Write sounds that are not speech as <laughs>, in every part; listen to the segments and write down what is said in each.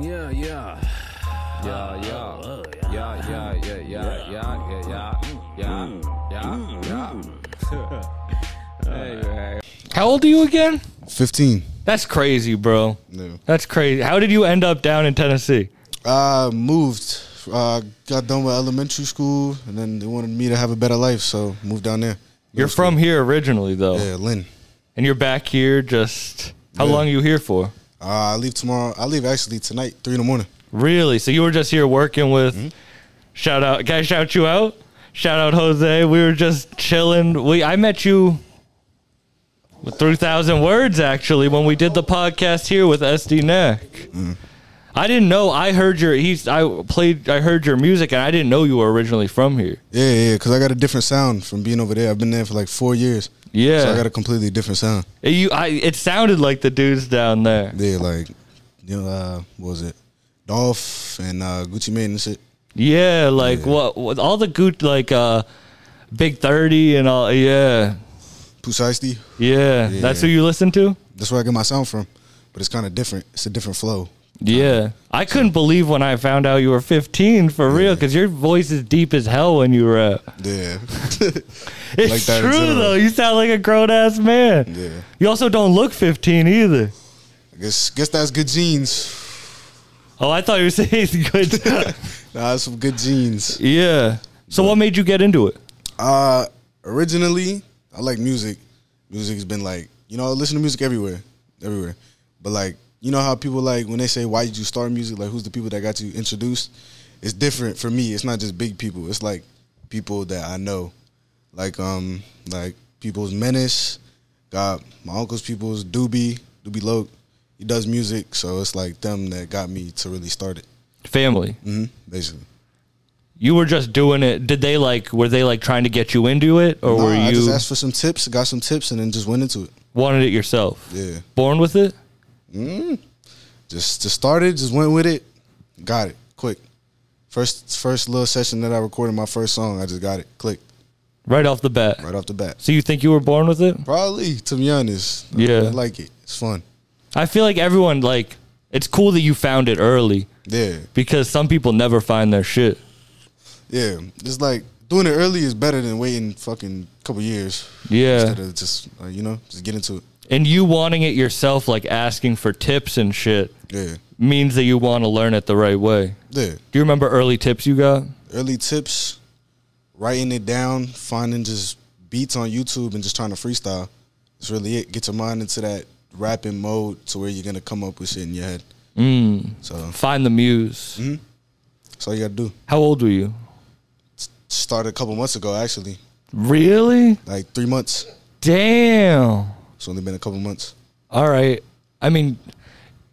Yeah, yeah. Yeah, Ah, oh, yeah. Yeah, yeah, yeah, yeah, yeah, Mm. yeah, yeah, yeah, yeah, yeah. Anyway. How old are you again? 15. That's crazy, bro. Yeah. That's crazy. How did you end up down in Tennessee? I moved. Uh, got done with elementary school, and then they wanted me to have a better life, so moved down there. You're from here originally, though, Yeah, Lynn. and you're back here. Just how Yeah. long you here for? Uh, I leave tomorrow. I leave actually tonight, three in the morning. Really? So you were just here working with? Shout out! Can I shout you out? Shout out, Jose. We were just chilling. We I met you with three thousand words actually when we did the podcast here with SD Neck. I didn't know. I heard your he's. I played. I heard your music, and I didn't know you were originally from here. Yeah, yeah, because I got a different sound from being over there. I've been there for like four years. Yeah. So I got a completely different sound. It- You, I, it sounded like the dudes down there. Yeah, like, you know, uh, what was it? Dolph and uh, Gucci Mane and shit. Yeah, like what, what? All the good, like uh, Big Thirty and all. Yeah, Pusaisti. yeah. That's who you listen to. That's where I get my sound from. But it's kind of different. It's a different flow. Yeah, I couldn't believe when I found out you were 15 for real, because your voice is deep as hell when you rap. Yeah. <laughs> Like It's that in true general. though. You sound like a grown ass man. Yeah. You also don't look 15 either. I guess, guess that's good genes. Oh, I thought you were <laughs> saying good. Nah, that's some good genes. yeah. So what made you get into it? Uh, originally, I like music. Music has been like, you know, I listen to music everywhere, everywhere. But like, you know how people like when they say, "Why did you start music?" Like, who's the people that got you introduced? It's different for me. It's not just big people. It's like people that I know, like um, like people's menace. Got my uncle's people's Doobie, Doobie Loke. He does music, so it's like them that got me to really start it. Family. hmm basically. You were just doing it. Did they like? Were they like trying to get you into it, or Nah, were I just you asked for some tips, got some tips, and then just went into it. wanted it yourself? Yeah. Born with it. just just started, just went with it, got it quick. First first little session that I recorded my first song, I just got it click right off the bat. right off the bat. So you think you were born with it? Probably to be honest, Yeah. I like it. It's fun. I feel like everyone like it's cool that you found it early Yeah, because some people never find their shit. yeah. Just like doing it early is better than waiting fucking couple years. Yeah. instead of just uh, you know just get into it. And you wanting it yourself like asking for tips and shit Yeah, means that you want to learn it the right way. yeah. Do you remember early tips you got? Early tips, writing it down, finding just beats on YouTube, and just trying to freestyle. It's really it. Get your mind into that rapping mode to where you're gonna come up with shit in your head. Mm. So Find the muse. Mm-hmm. That's all you gotta do. How old were you? Started a couple months ago, actually, Really? like three months. Damn. It's only been a couple months. All right. I mean,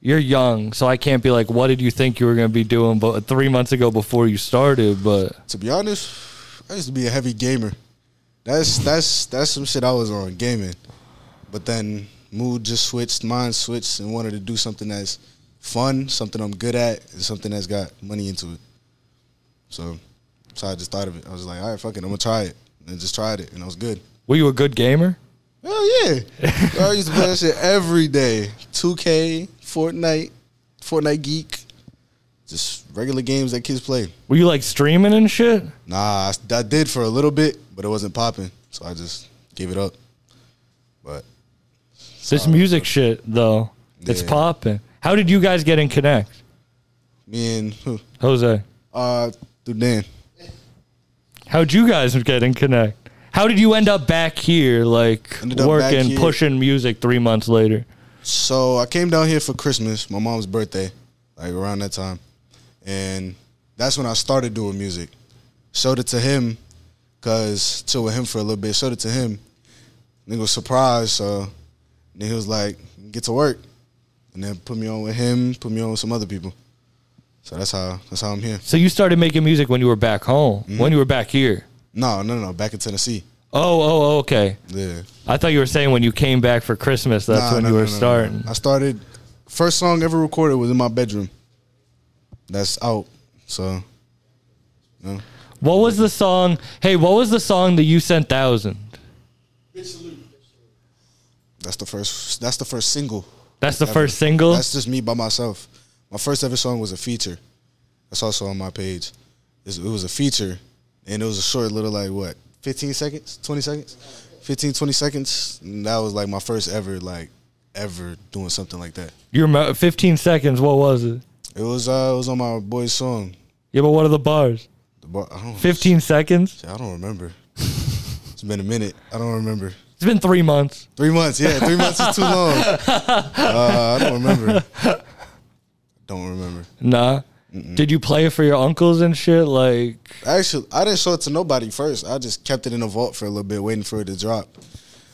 you're young, so I can't be like, what did you think you were going to be doing but three months ago before you started? But To be honest, I used to be a heavy gamer. That's that's that's some shit I was on gaming, but then mood just switched, mind switched, and wanted to do something that's fun, something I'm good at, and something that's got money into it. So, so I just thought of it. I was like, all right, fuck it, I'm gonna try it, and just tried it, and I was good. were you a good gamer? Hell yeah. I used to play that shit every day. 2K, Fortnite, Fortnite Geek. Just regular games that kids play. Were you like streaming and shit? Nah, I, s- I did for a little bit, but it wasn't popping. So I just gave it up. But This music shit though, it's Yeah. popping. How did you guys get in connect, me and huh, Jose? uh through Dan. How'd you guys get in connect? How did you end up back here, like Ended up back working, here. pushing music three months later? So I came down here for Christmas, my mom's birthday, like around that time, and that's when I started doing music. Showed it to him, cause chill with him for a little bit. Showed it to him, nigga was surprised. So then he was like, "Get to work," and then put me on with him, put me on with some other people. So that's how that's how I'm here. So you started making music when you were back home, Mm-hmm. when you were back here. No, no, no, back in Tennessee. Oh, oh, oh, okay. Yeah, I thought you were saying when you came back for Christmas. That's Nah, when no, you no, were no, no. starting. I started first song ever recorded was in my bedroom. That's out. So What was the song? Hey, what was the song that you sent thousand? That's the first. That's the first single. That's the Ever. first single. That's just me by myself. My first ever song was a feature. That's also on my page. It's- It was a feature, and it was a short little like what, 15 seconds, 20 seconds, 15, 20 seconds. And that was like my first ever like ever doing something like that. Your mo- 15 seconds. What was it? It was uh, it was on my boy's song. Yeah, but what are the bars? The bar, I don't, 15 seconds. I don't remember. it's been a minute. I don't remember. It's been three months. Three months, yeah. Three months is too long. Uh, I don't remember. Don't remember. Nah. Did you play it for your uncles and shit? Like, Actually, I didn't show it to nobody first. I just kept it in a vault for a little bit, waiting for it to drop.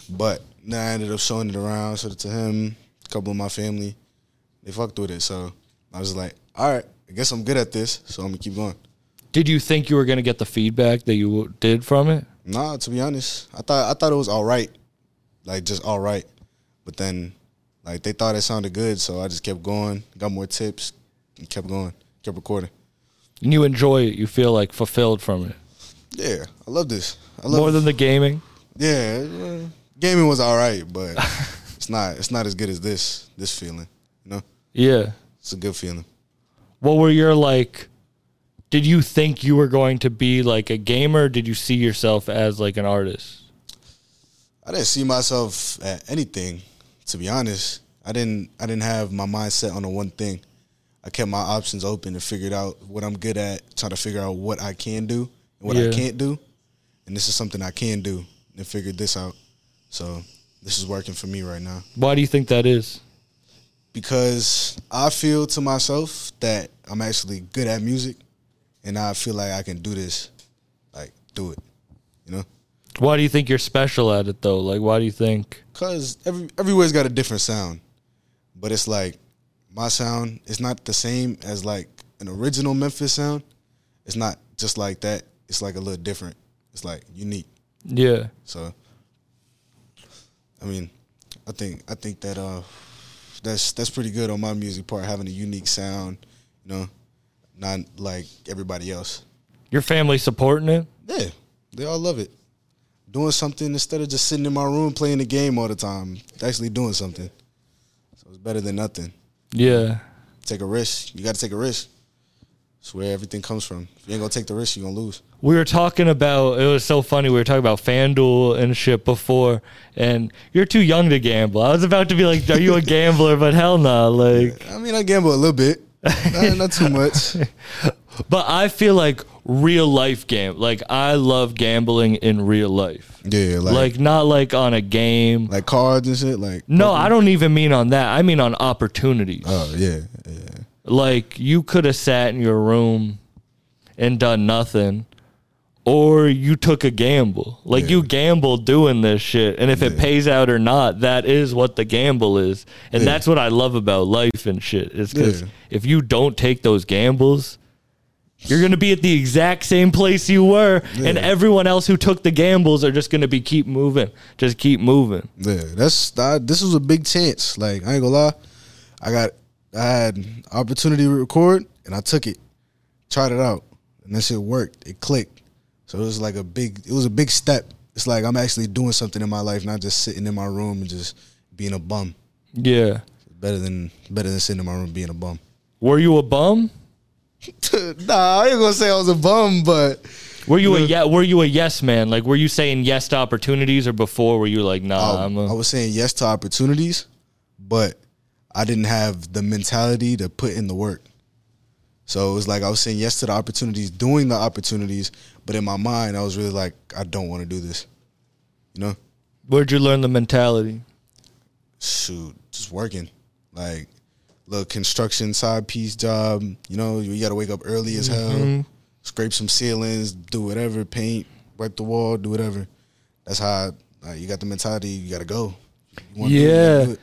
But now I ended up showing it around, showed it to him, a couple of my family. They fucked with it, so I was like, all right, I guess I'm good at this, so I'm gonna keep going. did you think you were gonna get the feedback that you w- did from it? Nah, to be honest, I thought I thought it was all right, like just all right. But then, like they thought it sounded good, so I just kept going, got more tips, and kept going, kept recording. And you enjoy it. You feel like fulfilled from it Yeah, I love this. I love more than the gaming. Yeah, yeah. gaming was all right, <laughs> but it's not it's not as good as this this feeling. You know, Yeah. it's a good feeling. What were your like? Did you think you were going to be like a gamer? Did you see yourself as like an artist? I didn't see myself at anything, to be honest. I didn't I didn't have my mind set on the one thing. I kept my options open and figured out what I'm good at, trying to figure out what I can do and what Yeah. I can't do. And this is something I can do and figured this out. So this is working for me right now. Why do you think that is? because I feel to myself that I'm actually good at music, and I feel like I can do this, like do it, you know. Why do you think you're special at it though? Like, why do you think? Cause every everywhere's got a different sound, but it's like my sound is not the same as like an original Memphis sound. It's not just like that. It's like a little different. It's like unique. Yeah. So, I mean, I think I think that uh, that's that's pretty good on my music part, having a unique sound, you know, not like everybody else. Your family supporting it? Yeah, they all love it. Doing something instead of just sitting in my room playing the game all the time, actually doing something. So it's better than nothing. Yeah. Take a risk. You got to take a risk. It's where everything comes from. If you ain't gonna take the risk, you gonna lose. we were talking about it was so funny we were talking about fanduel and shit before and you're too young to gamble i was about to be like are you a gambler but hell nah like I mean, I gamble a little bit, not, not too much. but i feel like real life game like i love gambling in real life Yeah, like like, like not like on a game cards and shit. Like no i don't even mean on that i mean on opportunities Oh yeah, yeah. like you could have sat in your room and done nothing or you took a gamble like you gambled doing this shit and if it pays out or not that is what the gamble is and that's what i love about life and shit is because Yeah. if you don't take those gambles you're gonna be at the exact same place you were and Yeah. everyone else who took the gambles are just gonna be keep moving just keep moving Yeah, that's I, this was a big chance. Like I ain't gonna lie, I got I had opportunity to record and I took it, tried it out, and that shit worked. It clicked. So it was like a big it was a big step. It's like I'm actually doing something in my life, not just sitting in my room and just being a bum. yeah Better than better than sitting in my room being a bum. were you a bum <laughs> nah, I ain't gonna say I was a bum, but Were you a yeah? Were you a yes man? Like, were you saying yes to opportunities, or before were you like, nah? I, I'm Oh, Um, I a, was saying yes to opportunities, but I didn't have the mentality to put in the work. So it was like I was saying yes to the opportunities, doing the opportunities, but in my mind, I was really like, I don't want to do this. You know? where'd you learn the mentality? shoot, just working. Like little construction side piece job. You know, you gotta wake up early as hell, scrape some ceilings, do whatever, paint, wipe the wall, do whatever. That's how like, you got the mentality. You gotta go. You wanna do it, you gotta Yeah. do it.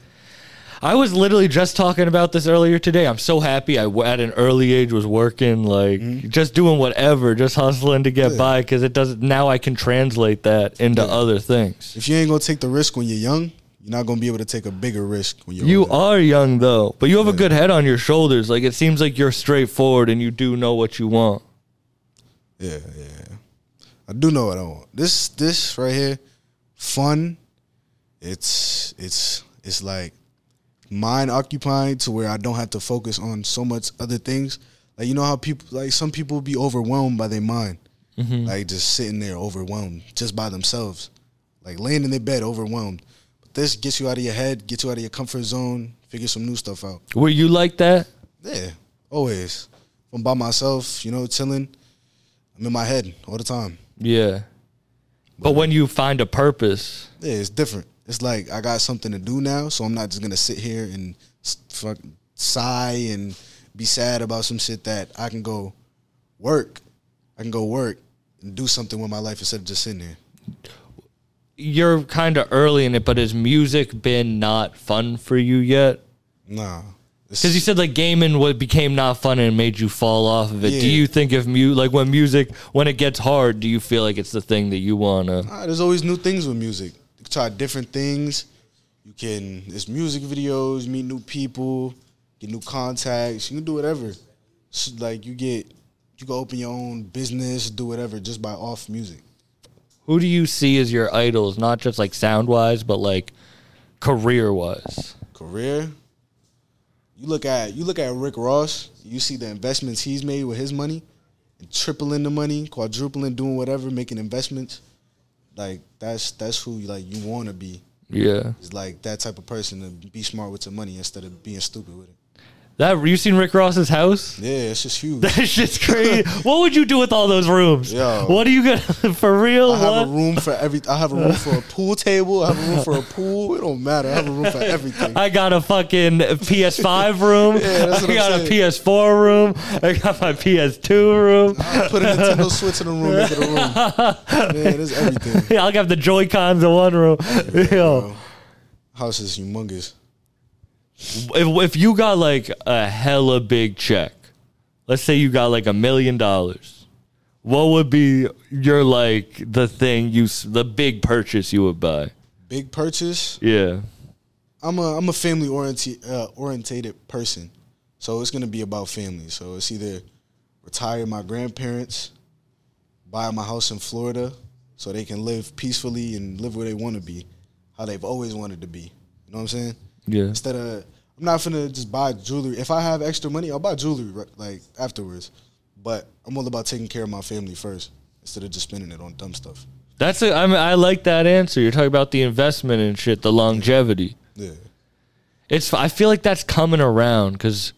I was literally just talking about this earlier today. I'm so happy I w- at an early age was working, like just doing whatever, just hustling to get by, because it doesn't. Now I can translate that into other things. If you ain't gonna take the risk when you're young, you're not gonna be able to take a bigger risk when you're You older. are young though, but you have a good head on your shoulders. Like it seems like you're straightforward and you do know what you want. Yeah, yeah. I do know what I want. This this right here, fun. It's it's it's like mind occupied to where I don't have to focus on so much other things. Like you know how people like some people be overwhelmed by their mind, Mm-hmm. like just sitting there overwhelmed just by themselves, like laying in their bed overwhelmed. But this gets you out of your head, gets you out of your comfort zone, figure some new stuff out. Were you like that? Yeah, always. If I'm by myself, you know, chilling. I'm in my head all the time. Yeah. But when you find a purpose, Yeah, it's different. It's like I got something to do now, so I'm not just gonna sit here and s- fuck, sigh and be sad about some shit that I can go work. I can go work and do something with my life instead of just sitting there. you're kind of early in it, but has music been not fun for you yet? Nah, It's- Because you said like gaming what became not fun and made you fall off of it. Yeah. Do you think if mu like when music when it gets hard, do you feel like it's the thing that you wanna? Nah, Ah, there's always new things with music. You can try different things. You can it's music videos, meet new people, get new contacts. You can do whatever. So, like you get, you can open your own business, do whatever just by off music. Who do you see as your idols? Not just like sound wise, but like career wise. Career. You look at you look at Rick Ross. You see the investments he's made with his money, and tripling the money, quadrupling, doing whatever, making investments. Like that's that's who like you want to be. Yeah, Is like that type of person to be smart with your money instead of being stupid with it. that you seen Rick Ross's house? <laughs> Yeah, it's just huge. That's just <laughs> crazy. what would you do with all those rooms? Yo. What are you gonna <laughs> for real? I have a what? room for every. I have a room for a pool table. I have a room for a pool. It don't matter. I have a room for everything. I got a fucking PS5 room. <laughs> Yeah, that's what I I'm got a saying. PS4 room. I got my PS2 room. <laughs> I put a Nintendo Switch in the room. Make it a room. Man, there's everything. Yeah, I'll have the Joy Cons in one room. <laughs> Yo, Bro. House is humongous. if, if you got like a hella big check, let's say you got like a million dollars, what would be your like the thing you s- the big purchase you would buy? Big purchase. Yeah, I'm a I'm a family oriented uh, orientated person, so it's gonna be about family. So it's either retire my grandparents, buy my house in Florida, so they can live peacefully and live where they want to be, how they've always wanted to be. You know what I'm saying? yeah, Instead of I'm not finna just buy jewelry. If I have extra money, I'll buy jewelry right, like afterwards. But I'm all about taking care of my family first instead of just spending it on dumb stuff. that's a, I mean I like that answer. You're talking about the investment and shit, the longevity. Yeah. It's I feel like that's coming around because.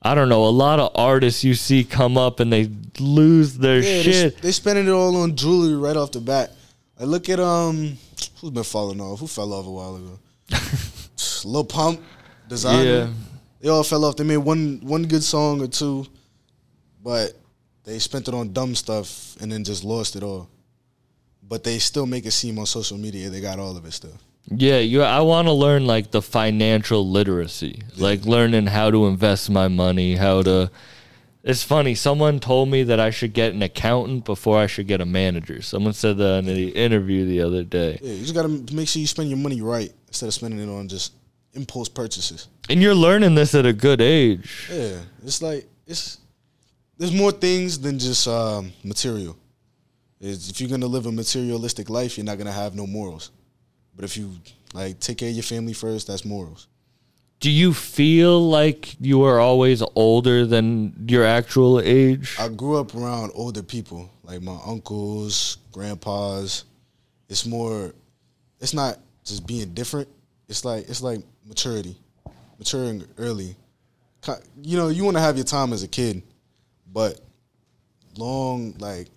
I don't know. A lot of artists you see come up and they lose their Yeah, shit. They, they spending it all on jewelry right off the bat. Like, look at um, who's been falling off? Who fell off a <laughs> while ago? Lil Pump, designer. Yeah. They all fell off. They made one one good song or two, but they spent it on dumb stuff and then just lost it all. But they still make it seem on social media they got all of it still. Yeah, you. I want to learn like the financial literacy, like learning how to invest my money, how to. It's funny. Someone told me that I should get an accountant before I should get a manager. Someone said that in the interview the other day. Yeah, you just gotta make sure you spend your money right instead of spending it on just impulse purchases. And you're learning this at a good age. Yeah, it's like it's there's more things than just um, material. It's, if you're gonna live a materialistic life, you're not gonna have no morals. But if you like take care of your family first, that's morals. Do you feel like you are always older than your actual age? I grew up around older people, like my uncles, grandpas. It's more, it's not just being different. It's like it's like maturity, maturing early. Ki- You know, you want to have your time as a kid, but long like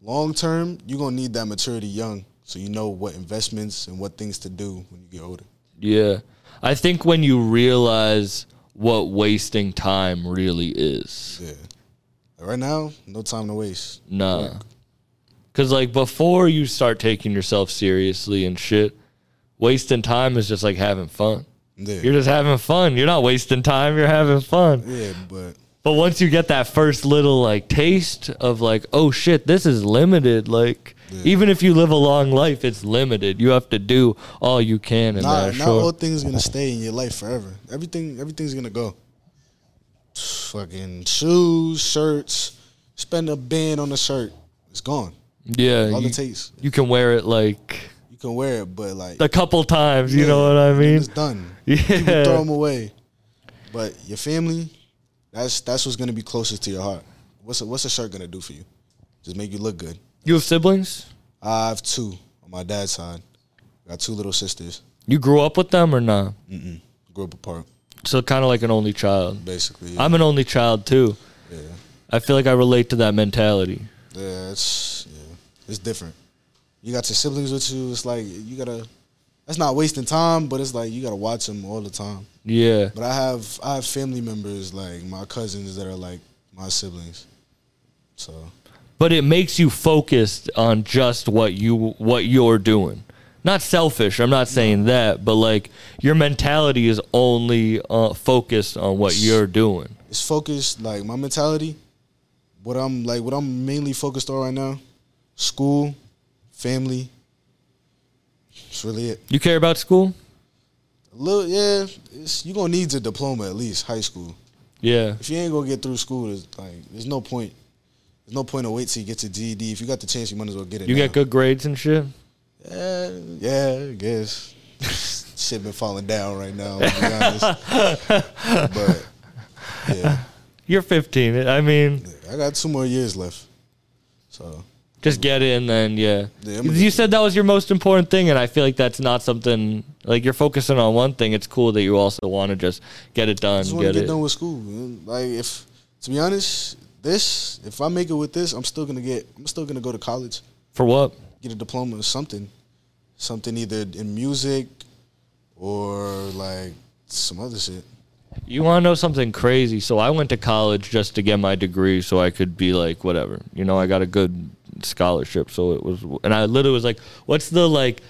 long term, you're gonna need that maturity young, so you know what investments and what things to do when you get older. Yeah. I think when you realize what wasting time really is. Yeah. Like, right now, no time to waste. Nah. Cause like before you start taking yourself seriously and shit, wasting time is just like having fun. Yeah. You're just having fun. You're not wasting time. You're having fun. yeah, but But once you get that first little like taste of like, oh shit, this is limited. Like even if you live a long life, it's limited. You have to do all you can in Nah, that not short. all things gonna stay in your life forever. Everything, everything's gonna go. Fucking shoes, shirts. Spend a band on a shirt. It's gone. yeah, All you, it takes. you can wear it like You You can wear it, but like a couple times. You yeah, know what I mean? It's done. People throw Yeah. them away. But your family, that's that's what's gonna be closest to your heart. What's a, what's a shirt gonna do for you? Just make you look good. You have siblings? I have two on my dad's side. I got two little sisters. You grew up with them or not? Grew up apart, So kind of like an only child. basically. I'm an only child too. yeah, I feel like I relate to that mentality. yeah, it's yeah, it's different. You got your siblings with you. It's like you gotta. That's not wasting time, but it's like you gotta watch them all the time. Yeah. But I have I have family members like my cousins that are like my siblings. So But it makes you focused on just what you what you're doing. Not selfish. I'm not saying that, but like your mentality is only uh, focused on what you're doing. it's focused like my mentality. What I'm like what I'm mainly focused on right now, school, family. It's really it. You care about school? A little yeah, it's you gonna need a diploma at least, high school. Yeah. If you ain't gonna get through school, there's like there's no point. There's no point to wait till you get to GED. If you got the chance, you might as well get it. You now. got good grades and shit. Yeah, yeah, I guess. <laughs> Shit been falling down right now, to <laughs> be honest. but yeah, You're 15. I mean, I got two more years left. So Just get it and then yeah. Yeah, I'm a- you said that was your most important thing, and I feel like that's not something like you're focusing on one thing. It's cool that you also want to just get it done, just want to get, get it. done with school. Man. Like if to be honest, this if I make it with this, I'm still gonna get I'm still gonna go to college, For what? get a diploma or something. Something either in music or like some other shit. You want to know something crazy? So I went to college just to get my degree, so I could be like whatever. You know, I got a good scholarship, so it was. And I literally was like, "What's the like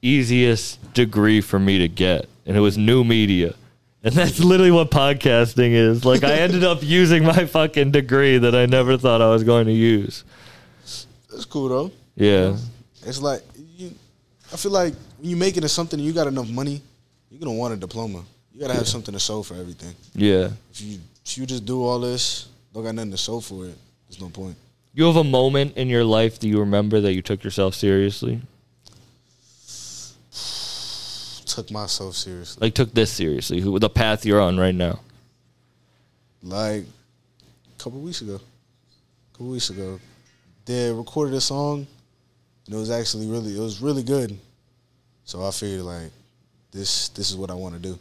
easiest degree for me to get?" And it was new media. And <laughs> that's literally what podcasting is. Like I ended up using my fucking degree that I never thought I was going to use. That's cool though. Yeah. It's like you, I feel like when you make it into something and you got enough money, you're gonna want a diploma. You gotta have something to show for everything. Yeah. If you if you just do all this, don't got nothing to show for it. There's no point. You have a moment in your life that you remember that you took yourself seriously? Took myself seriously. Like took this seriously, who the path you're on right now. Like a couple weeks ago, a couple weeks ago, they recorded a song, and it was actually really it was really good. So I figured like this this is what I want to do.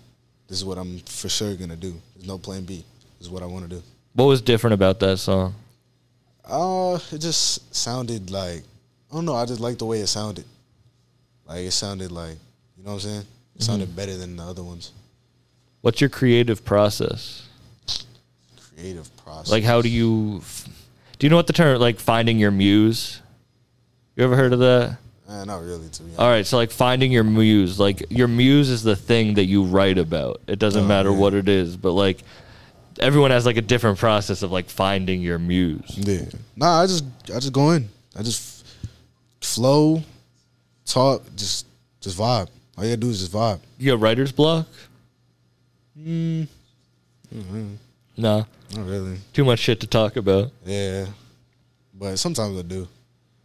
This is what I'm for sure gonna do. There's no plan B. This is what I want to do. What was different about that song? Uh, it just sounded like I don't know. I just liked the way it sounded. Like it sounded like you know what I'm saying. Mm-hmm. It sounded better than the other ones. What's your creative process? Creative process. Like how do you f- Do you know what the term like finding your muse? You ever heard of that? Eh, not really to be honest. All right, so like finding your muse, like your muse is the thing that you write about. It doesn't Oh, matter yeah. what it is, but like everyone has like a different process of like finding your muse. Yeah. Nah, I just I just go in. I just f- flow, talk, just just vibe. All you gotta do is just vibe. You got writer's block? Mm. No. Not really. Too much shit to talk about. Yeah. But sometimes I do.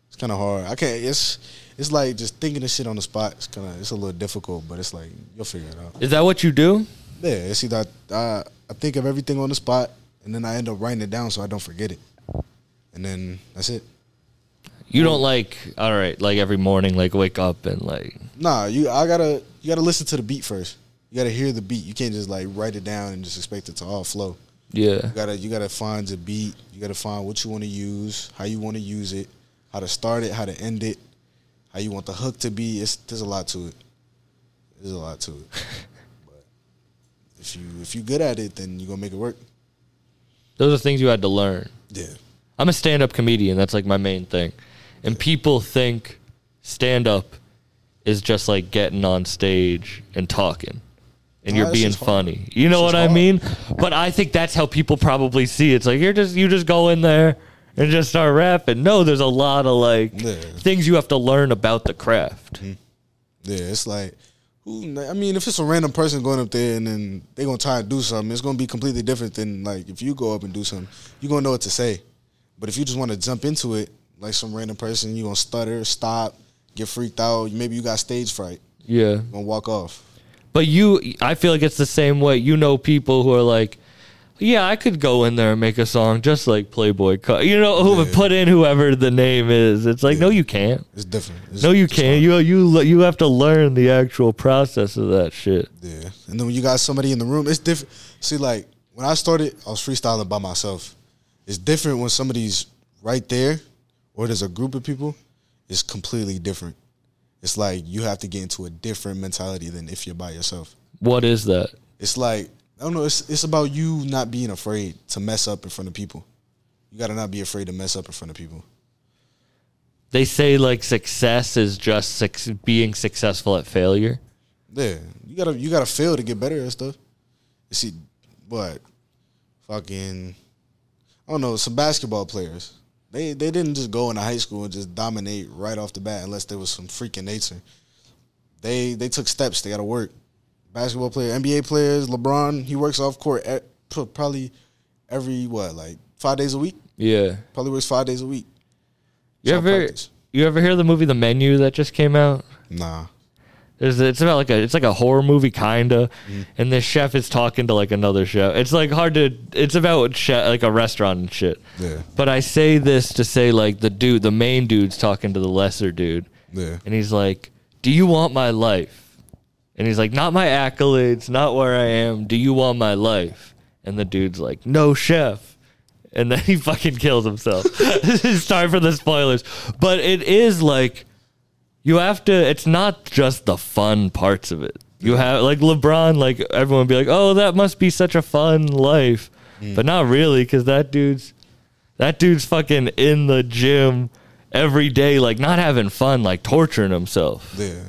It's kind of hard. I can't. It's it's like just thinking of shit on the spot. It's kind of it's a little difficult, but it's like you'll figure it out. Is that what you do? Yeah, it's either I, I, I think of everything on the spot and then I end up writing it down so I don't forget it. And then that's it. You don't like all right, like every morning like wake up and like Nah, you I gotta you gotta listen to the beat first. You gotta hear the beat. You can't just like write it down and just expect it to all flow. yeah. You gotta you gotta find the beat. You gotta find what you wanna use, how you wanna use it, how to start it, how to end it, how you want the hook to be. It's there's a lot to it. There's a lot to it. but if you if you good at it, then you gonna make it work. Those are things you had to learn. Yeah. I'm a stand up comedian. That's like my main thing. And people think stand up is just like getting on stage and talking and Nah, you're that being shit's hard. funny. You know what shit's I hard. mean? But I think that's how people probably see it. It's like you're just you just go in there and just start rapping. No, there's a lot of like Yeah. Mm-hmm. things you have to learn about the craft. Yeah, it's like who I mean, if it's a random person going up there and then they gonna try to do something, it's gonna be completely different than like if you go up and do something, you gonna know what to say. But if you just wanna jump into it, like some random person, you gonna stutter, stop, get freaked out. Maybe you got stage fright. Yeah. Gonna walk off. But you, I feel like it's the same way. You know, people who are like, yeah, I could go in there and make a song just like Playboy. Co-" You know, who would put in whoever the name is. It's like, no, you can't. It's different. It's- No, you it's can't. You you le- you have to learn the actual process of that shit. Yeah, and then when you got somebody in the room, it's different. See, like when I started, I was freestyling by myself. It's different when somebody's right there, or there's a group of people. It's completely different. It's like you have to get into a different mentality than if you're by yourself. What is that? It's like I don't know. It's it's about you not being afraid to mess up in front of people. You got to not be afraid to mess up in front of people. They say like success is just suc being successful at failure. Yeah, you gotta you gotta fail to get better at stuff. You see, but fucking, I don't know. Some basketball players, they they didn't just go into high school and just dominate right off the bat unless there was some freaking nature. They they took steps. They gotta work. Basketball player, NBA players, LeBron, he works off court at, pro- probably every what like five days a week. Yeah. Probably works five days a week. You It's all ever practice. you ever hear the movie The Menu that just came out? Nah. There's it's about like a it's like a horror movie kinda, Mm-hmm. and this chef is talking to like another chef. It's like hard to it's about chef, like a restaurant and shit. Yeah. But I say this to say like the dude the main dude's talking to the lesser dude, Yeah. and he's like, "Do you want my life?" And he's like, "Not my accolades, not where I am. Do you want my life?" And the dude's like, "No, chef." And then <laughs> he fucking kills himself. <laughs> Sorry for the spoilers, but it is like you have to. It's not just the fun parts of it. You have like LeBron, like everyone would be like, "Oh, that must be such a fun life," but not really, because that dude's that dude's fucking in the gym every day, like not having fun, like torturing himself. Yeah.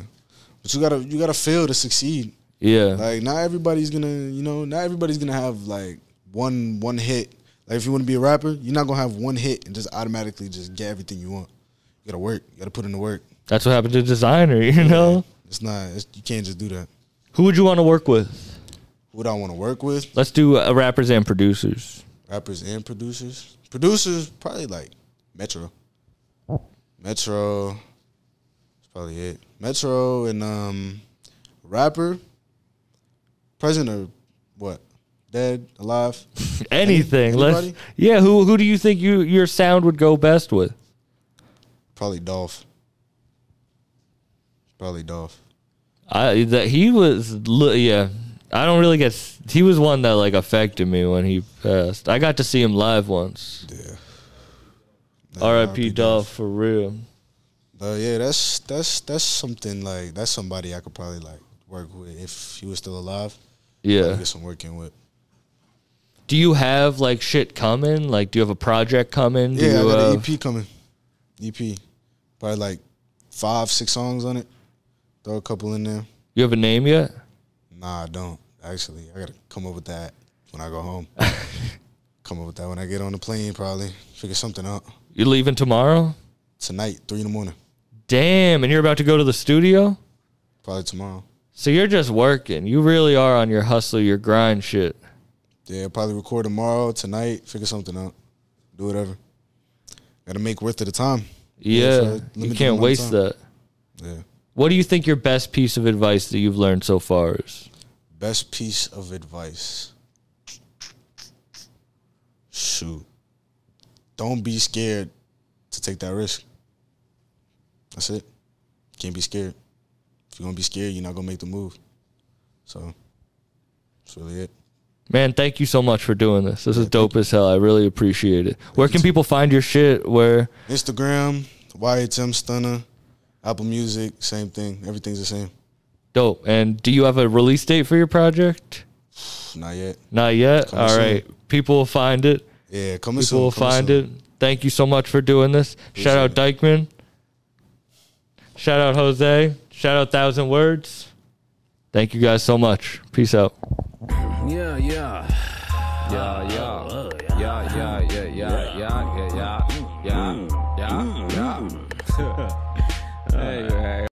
But you gotta you gotta fail to succeed. Yeah. Like not everybody's gonna, you know, not everybody's gonna have like one one hit. Like if you want to be a rapper, you're not gonna have one hit and just automatically just get everything you want. You gotta work. You gotta put in the work. That's what happened to designer, <laughs> you know? It's not. It's, you can't just do that. Who would you want to work with? Who do I want to work with? Let's do uh, rappers and producers. Rappers and producers. Producers probably like Metro. Metro. That's probably it. Metro and um, rapper. Present or what? Dead, alive. <laughs> Anything. Let's, anybody? yeah, who who do you think you your sound would go best with? Probably Dolph. Probably Dolph. I that he was li- yeah. I don't really get s- he was one that like affected me when he passed. I got to see him live once. Yeah. R.I.P. Dolph for real. Uh, yeah, that's that's that's something like that's somebody I could probably like work with if he was still alive. Yeah. Get some working with. Do you have like shit coming? Like, do you have a project coming? Do Yeah, I you, got uh, an E EP coming. EP, probably like five, six songs on it. Throw a couple in there. you have a name yet? Nah, I don't actually. I gotta come up with that when I <laughs> go home. come up with that when I get on the plane. Probably figure something out You leaving tomorrow? tonight, three in the morning. Damn, and you're about to go to the studio? Probably tomorrow. So you're just working. You really are on your hustle, your grind shit. Yeah, probably record tomorrow, tonight, figure something out. Do whatever. Gotta make worth of the time. for a Yeah. you limited amount can't of waste time. that. Yeah. What do you think your best piece of advice that you've learned so far is? Best piece of advice. Shoot. Don't be scared to take that risk. That's it. Can't be scared. If you're gonna be scared, you're not gonna make the move. So that's really it. Man, thank you so much for doing this. This is dope as hell. I really appreciate it. Where can people find your shit? Where Instagram, YHM Stunner, Apple Music, same thing. Everything's the same. dope. And do you have a release date for your project? Not yet. Not yet. Coming All soon. right. People will find it. Yeah, coming soon. People will coming find soon. it. Thank you so much for doing this. Shout out Dykeman. Shout out Jose. Shout out Thousand Words. Thank you guys so much. Peace out. Yeah, yeah. Yeah, yeah. Yeah, yeah, yeah, yeah, Mm. yeah, yeah, yeah, yeah, yeah, yeah. Hey, man.